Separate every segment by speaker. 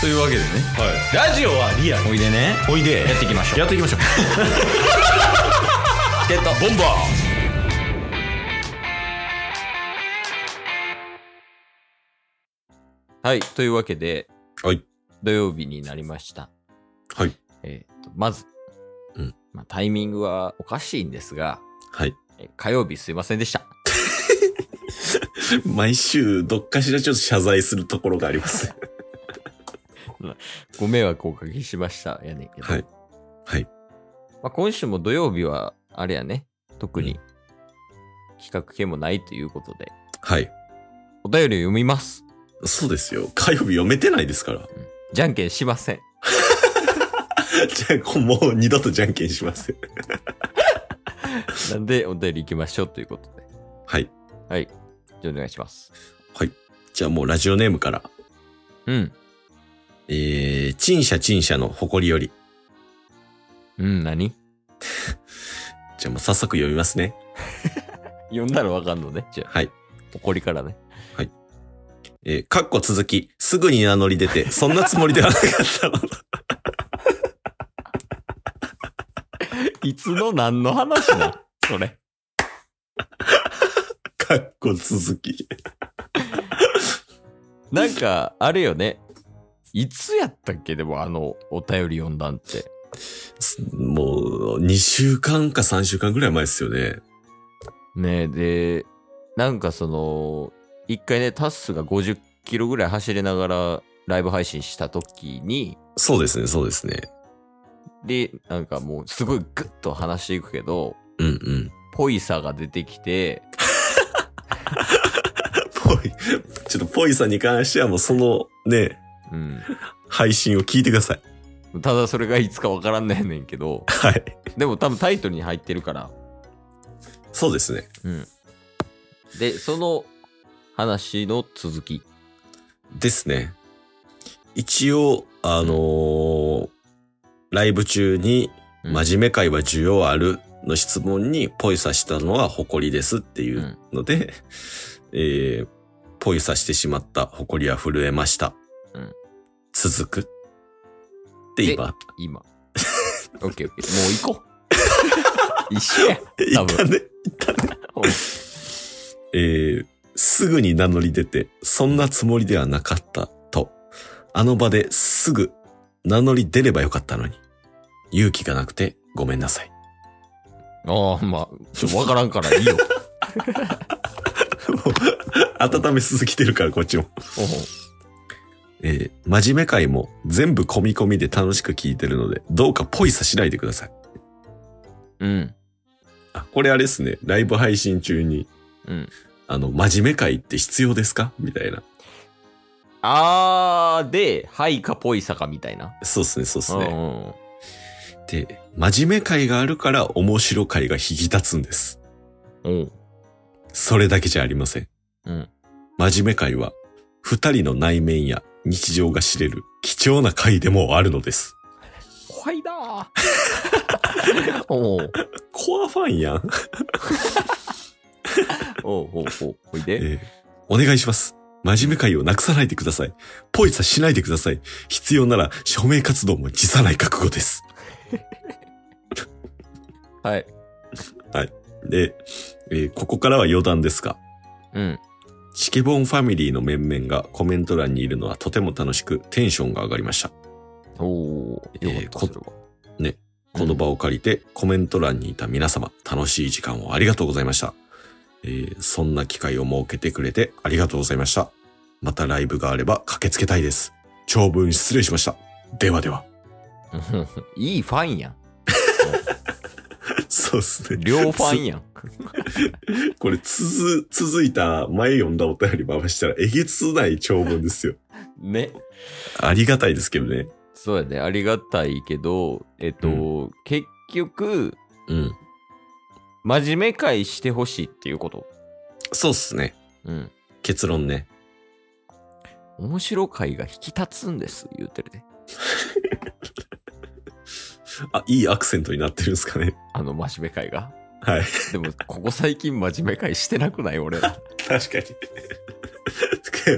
Speaker 1: というわけでね
Speaker 2: ラジオはリアル
Speaker 1: おいでね
Speaker 2: おいで
Speaker 1: やっていきましょう
Speaker 2: やっていきましょう
Speaker 1: チケットボンバーはいというわけで、
Speaker 2: はい
Speaker 1: 土曜日になりました
Speaker 2: はい
Speaker 1: えーとまず、
Speaker 2: うん
Speaker 1: まあ、タイミングはおかしいんですが
Speaker 2: はい
Speaker 1: え火曜日すいませんでした
Speaker 2: 毎週どっかしらちょっと謝罪するところがあります
Speaker 1: ご迷惑をおかけしましたやねんけど、
Speaker 2: はいはい
Speaker 1: まあ、今週も土曜日はあれやね特に企画系もないということで
Speaker 2: はい
Speaker 1: お便りを読みます
Speaker 2: そうですよ火曜日読めてないですから
Speaker 1: じゃんけんしません
Speaker 2: じゃあもう二度とじゃんけんしますよ
Speaker 1: なんでお便り行きましょうということで
Speaker 2: はい
Speaker 1: はいじゃあお願いします
Speaker 2: じゃあもうラジオネームから
Speaker 1: うん
Speaker 2: えー、陳謝陳謝の誇りより
Speaker 1: うん何
Speaker 2: じゃあもう早速読みますね
Speaker 1: 読んだらわかんのねじゃあ
Speaker 2: はい
Speaker 1: 怒りからね
Speaker 2: えー、かっこ続き、すぐに名乗り出て、そんなつもりではなかった の。
Speaker 1: いつの何の話だ それ
Speaker 2: かっこ続き。
Speaker 1: なんかあれよねいつやったっけでもあのお便り読んだんって
Speaker 2: もう、2週間か3週間ぐらい前ですよね。
Speaker 1: ねえでなんかその一回ねタッスが50キロぐらい走りながらライブ配信した時に
Speaker 2: そうですね、そうですね。
Speaker 1: でなんかもうすごいグッと話していくけど
Speaker 2: うんうん。
Speaker 1: ぽいさが出てきて
Speaker 2: ぽい、ちょっとぽいさんに関してはもうそのね、
Speaker 1: うん
Speaker 2: 配信を聞いてください。
Speaker 1: ただそれがいつかわからんねんねんけど
Speaker 2: はい。
Speaker 1: でも多分タイトルに入ってるから
Speaker 2: そうですね。
Speaker 1: うんでその話の続き
Speaker 2: ですね。一応、あのーライブ中に、
Speaker 1: うん
Speaker 2: 真面目会は需要あるの質問にポイさしたのは誇りですっていうので、 えー、ポイさしてしまった誇りは震えました。
Speaker 1: うん
Speaker 2: 続く。って今、
Speaker 1: 今オッケーオッケーもう行こ う一緒や
Speaker 2: 一
Speaker 1: 多分
Speaker 2: 旦ね、えー、すぐに名乗り出て、そんなつもりではなかったと、あの場ですぐ名乗り出ればよかったのに、勇気がなくてごめんなさい。
Speaker 1: ああまあちょわからんからいいよ
Speaker 2: 温め続けてるから、こっちも。
Speaker 1: おう
Speaker 2: えー真面目回も全部込み込みで楽しく聞いてるので、どうかポイさしないでください。
Speaker 1: うん
Speaker 2: あ、これあれですね。ライブ配信中に、
Speaker 1: うん
Speaker 2: あの、真面目回って必要ですかみたいな。
Speaker 1: あーで「はい」か「ぽいさ」かみたいな
Speaker 2: そうですね、そうです
Speaker 1: うん
Speaker 2: ね。
Speaker 1: うん
Speaker 2: で、真面目回があるから面白回が引き立つんです。
Speaker 1: うんおう
Speaker 2: それだけじゃありません。
Speaker 1: うん
Speaker 2: 真面目回は、二人の内面や日常が知れる貴重な回でもあるのです。
Speaker 1: 怖いなー おう
Speaker 2: コアファンやん。
Speaker 1: おうおうおうおいで
Speaker 2: えーお願いします。真面目会をなくさないでください。ポイさしないでください。必要なら署名活動も辞さない覚悟です。
Speaker 1: はい
Speaker 2: で、えーここからは余談ですが、
Speaker 1: うん
Speaker 2: チケボンファミリーの面々がコメント欄にいるのはとても楽しくテンションが上がりました。
Speaker 1: おおよかっ
Speaker 2: えー
Speaker 1: た
Speaker 2: こ
Speaker 1: それは
Speaker 2: ねこの場を借りてコメント欄にいた皆様、楽しい時間をありがとうございました。えーそんな機会を設けてくれてありがとうございました。またライブがあれば駆けつけたいです。長文失礼しました。ではで は。
Speaker 1: うん いいファンやん
Speaker 2: そうですね。
Speaker 1: 両ファン やん
Speaker 2: これ、続、続いた前読んだお便り回したら、えげつない長 文ですよ。
Speaker 1: ね
Speaker 2: ありがたいですけどね。
Speaker 1: そうやねありがたいけどえっと、
Speaker 2: う
Speaker 1: 結局
Speaker 2: うん。
Speaker 1: 真面目会してほしいっていうこと
Speaker 2: そうっすね。
Speaker 1: うん
Speaker 2: 結論ね。
Speaker 1: 面白会が引き立つんです言うてるで
Speaker 2: あ、いいアクセントになってるんですかね。
Speaker 1: あの真面目会が
Speaker 2: はい。
Speaker 1: でもここ最近真面目会してなくない俺ら
Speaker 2: 確かに。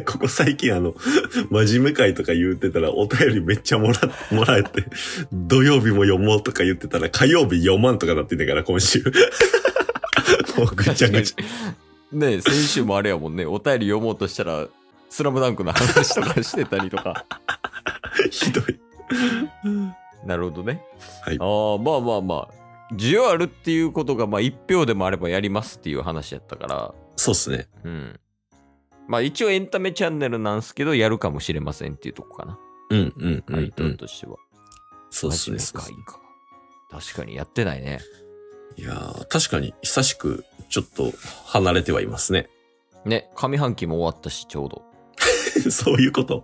Speaker 2: ここ最近あの、真面目会とか言ってたらお便りめっちゃもら っ、もらえて、土曜日も読もうとか言ってたら火曜日読まんとかなってんだから今週。も うぐちゃぐちゃ。
Speaker 1: ねえ先週もあれやもんね、お便り読もうとしたら、スラムダンクの話とかしてたりとか。
Speaker 2: ひどい。
Speaker 1: なるほどね。
Speaker 2: はい
Speaker 1: ああ、まあまあまあ。需要あるっていうことが、まあ、一票でもあればやりますっていう話やったから、
Speaker 2: そうっすね。
Speaker 1: うん。まあ、一応エンタメチャンネルなんですけど、やるかもしれませんっていうとこかな。
Speaker 2: うんうんう
Speaker 1: 回
Speaker 2: ん、う
Speaker 1: 答
Speaker 2: ん。
Speaker 1: としては。
Speaker 2: そうっす
Speaker 1: 真面
Speaker 2: ね。
Speaker 1: 目
Speaker 2: そうっす
Speaker 1: 会
Speaker 2: ね
Speaker 1: か。確かにやってないね。
Speaker 2: いやー確かに久しくちょっと離れてはいますね。
Speaker 1: ね、上半期も終わったし、ちょうど。
Speaker 2: そういうこと。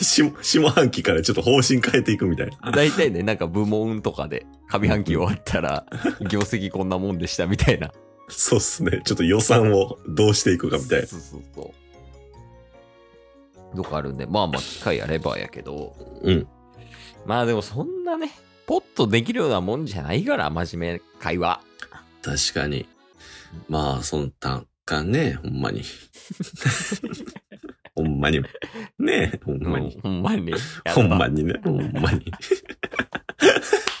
Speaker 2: 下下半期からちょっと方針変えていくみたいな。
Speaker 1: 大体ね、なんか部門とかで上半期終わったら、業績こんなもんでしたみたいな。
Speaker 2: そうっすね。ちょっと予算をどうしていくかみたいな。
Speaker 1: そうそうそう。とかあるんで、まあまあ、機会あればやけど、
Speaker 2: うん。
Speaker 1: まあでもそんなね、ポッとできるようなもんじゃないから、真面目会話。
Speaker 2: 確かに。まあ、その単価ね、ほんま に。ほんまに。ねえ、ほんまに。
Speaker 1: ほんまに。
Speaker 2: ほん
Speaker 1: やっ
Speaker 2: まにね、ほんまに。
Speaker 1: ぱ。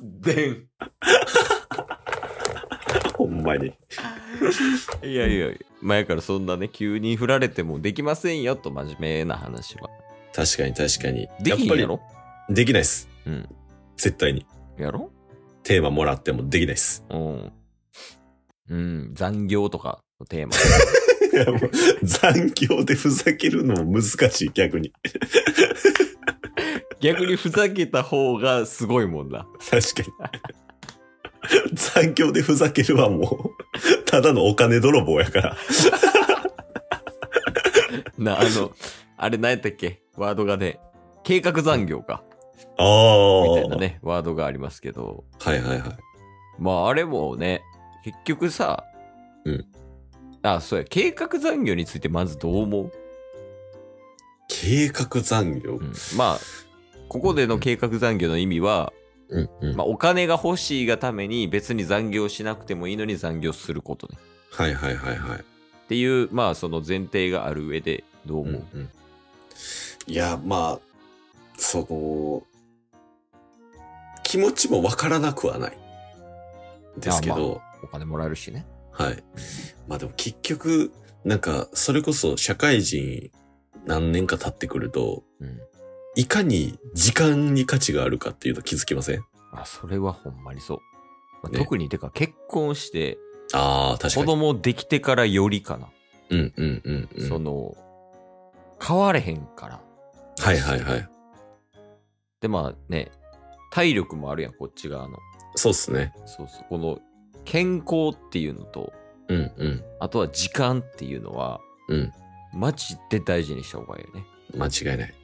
Speaker 1: でん。
Speaker 2: ほんまに。
Speaker 1: いやいや、前からそんなね、急に振られてもできませんよと、真面目な話は。
Speaker 2: 確かに確かに。
Speaker 1: できひんやろ
Speaker 2: り、できないっす。
Speaker 1: うん。
Speaker 2: 絶対に。
Speaker 1: やろ
Speaker 2: テーマもらってもできないっす。
Speaker 1: うん。うん、残業とかのテーマ。
Speaker 2: いやもう残業でふざけるのも難しい、逆に。
Speaker 1: 逆にふざけた方がすごいもんな。
Speaker 2: 確か に。残業でふざけるはもう、ただのお金泥棒やから。
Speaker 1: な、あの、あれ何やったっけワードがね、計画残業 か。
Speaker 2: あ
Speaker 1: みたい
Speaker 2: あ。
Speaker 1: なね、ワードがありますけど。
Speaker 2: はいはいはい。
Speaker 1: まああれもね、結局さ、
Speaker 2: うん。
Speaker 1: あ、そうや、計画残業についてまずどう思う、
Speaker 2: 計画残業。
Speaker 1: うんまあ、ここでの計画残業の意味は、
Speaker 2: うんうん
Speaker 1: まあお金が欲しいがために別に残業しなくてもいいのに残業することね。
Speaker 2: はいはいはいはい。
Speaker 1: っていう、まあその前提がある上でどう思う、
Speaker 2: いや、まあ、その、気持ちもわからなくはない。ですけど、
Speaker 1: お金もらえるしね。
Speaker 2: はい。まあでも結局、なんか、それこそ社会人何年か経ってくると、
Speaker 1: うん。
Speaker 2: いかに時間に価値があるかっていうの気づきません
Speaker 1: あ、それはほんまにそう。まあ
Speaker 2: ね
Speaker 1: 特にてか結婚して
Speaker 2: ああ、確
Speaker 1: 子
Speaker 2: かに。
Speaker 1: 供できてからよりかな。
Speaker 2: うんうんうんうん。
Speaker 1: その、変われへんから。
Speaker 2: はいはいはい。
Speaker 1: でまあね体力もあるやんこっち側の
Speaker 2: そうっすね。
Speaker 1: そうそうこの健康っていうのと
Speaker 2: うんうん。
Speaker 1: あとは時間っていうのは
Speaker 2: うん。
Speaker 1: マジで大事にした方がいいよね、
Speaker 2: 間違いない。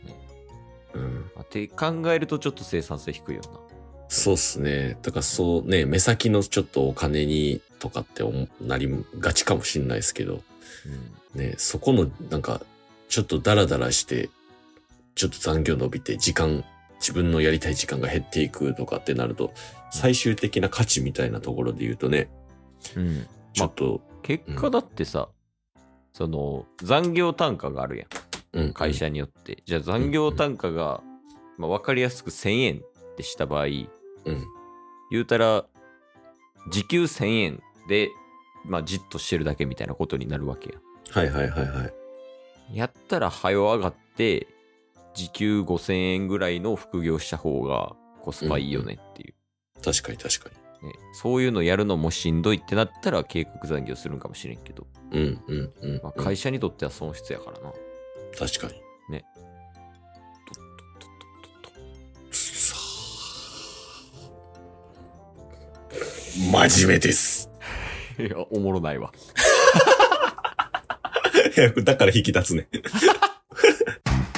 Speaker 2: うん。
Speaker 1: まあって考えるとちょっと生産性低いよ
Speaker 2: そうっすね。だからそうね、目先のちょっとお金にとかって思なりがちかもしれないですけど、
Speaker 1: な、
Speaker 2: ね、そこのなんか、ちょっとダラダラして、ちょっと残業伸びて時間、自分のやりたい時間が減っていくとかってなると、最終的な価値みたいなところで言うとね、
Speaker 1: うんうん、
Speaker 2: ちょっと、
Speaker 1: 結果だってさ、その残業単価があるや
Speaker 2: うん
Speaker 1: ん会。社によって、じゃあ残業単価が、まあ、分かりやすく1000円ってした場合
Speaker 2: うん。
Speaker 1: 言うたら時給1000円で、まあ、じっとしてるだけみたいなことになるわけやん
Speaker 2: はいはいはいはい。
Speaker 1: やったら早上がって、時給5000円ぐらいの副業した方がコスパいいよねっていう、
Speaker 2: 確かに確か
Speaker 1: ねそういうのやるのもしんどいってなったら計画残業するんかもしれんけど、
Speaker 2: に。うんうんうん、うん
Speaker 1: まあ、会社にとっては損失やからな。
Speaker 2: 確かに。
Speaker 1: ね。
Speaker 2: さあ 真面目です。
Speaker 1: いや、おもろないわ。
Speaker 2: だから引き立つね。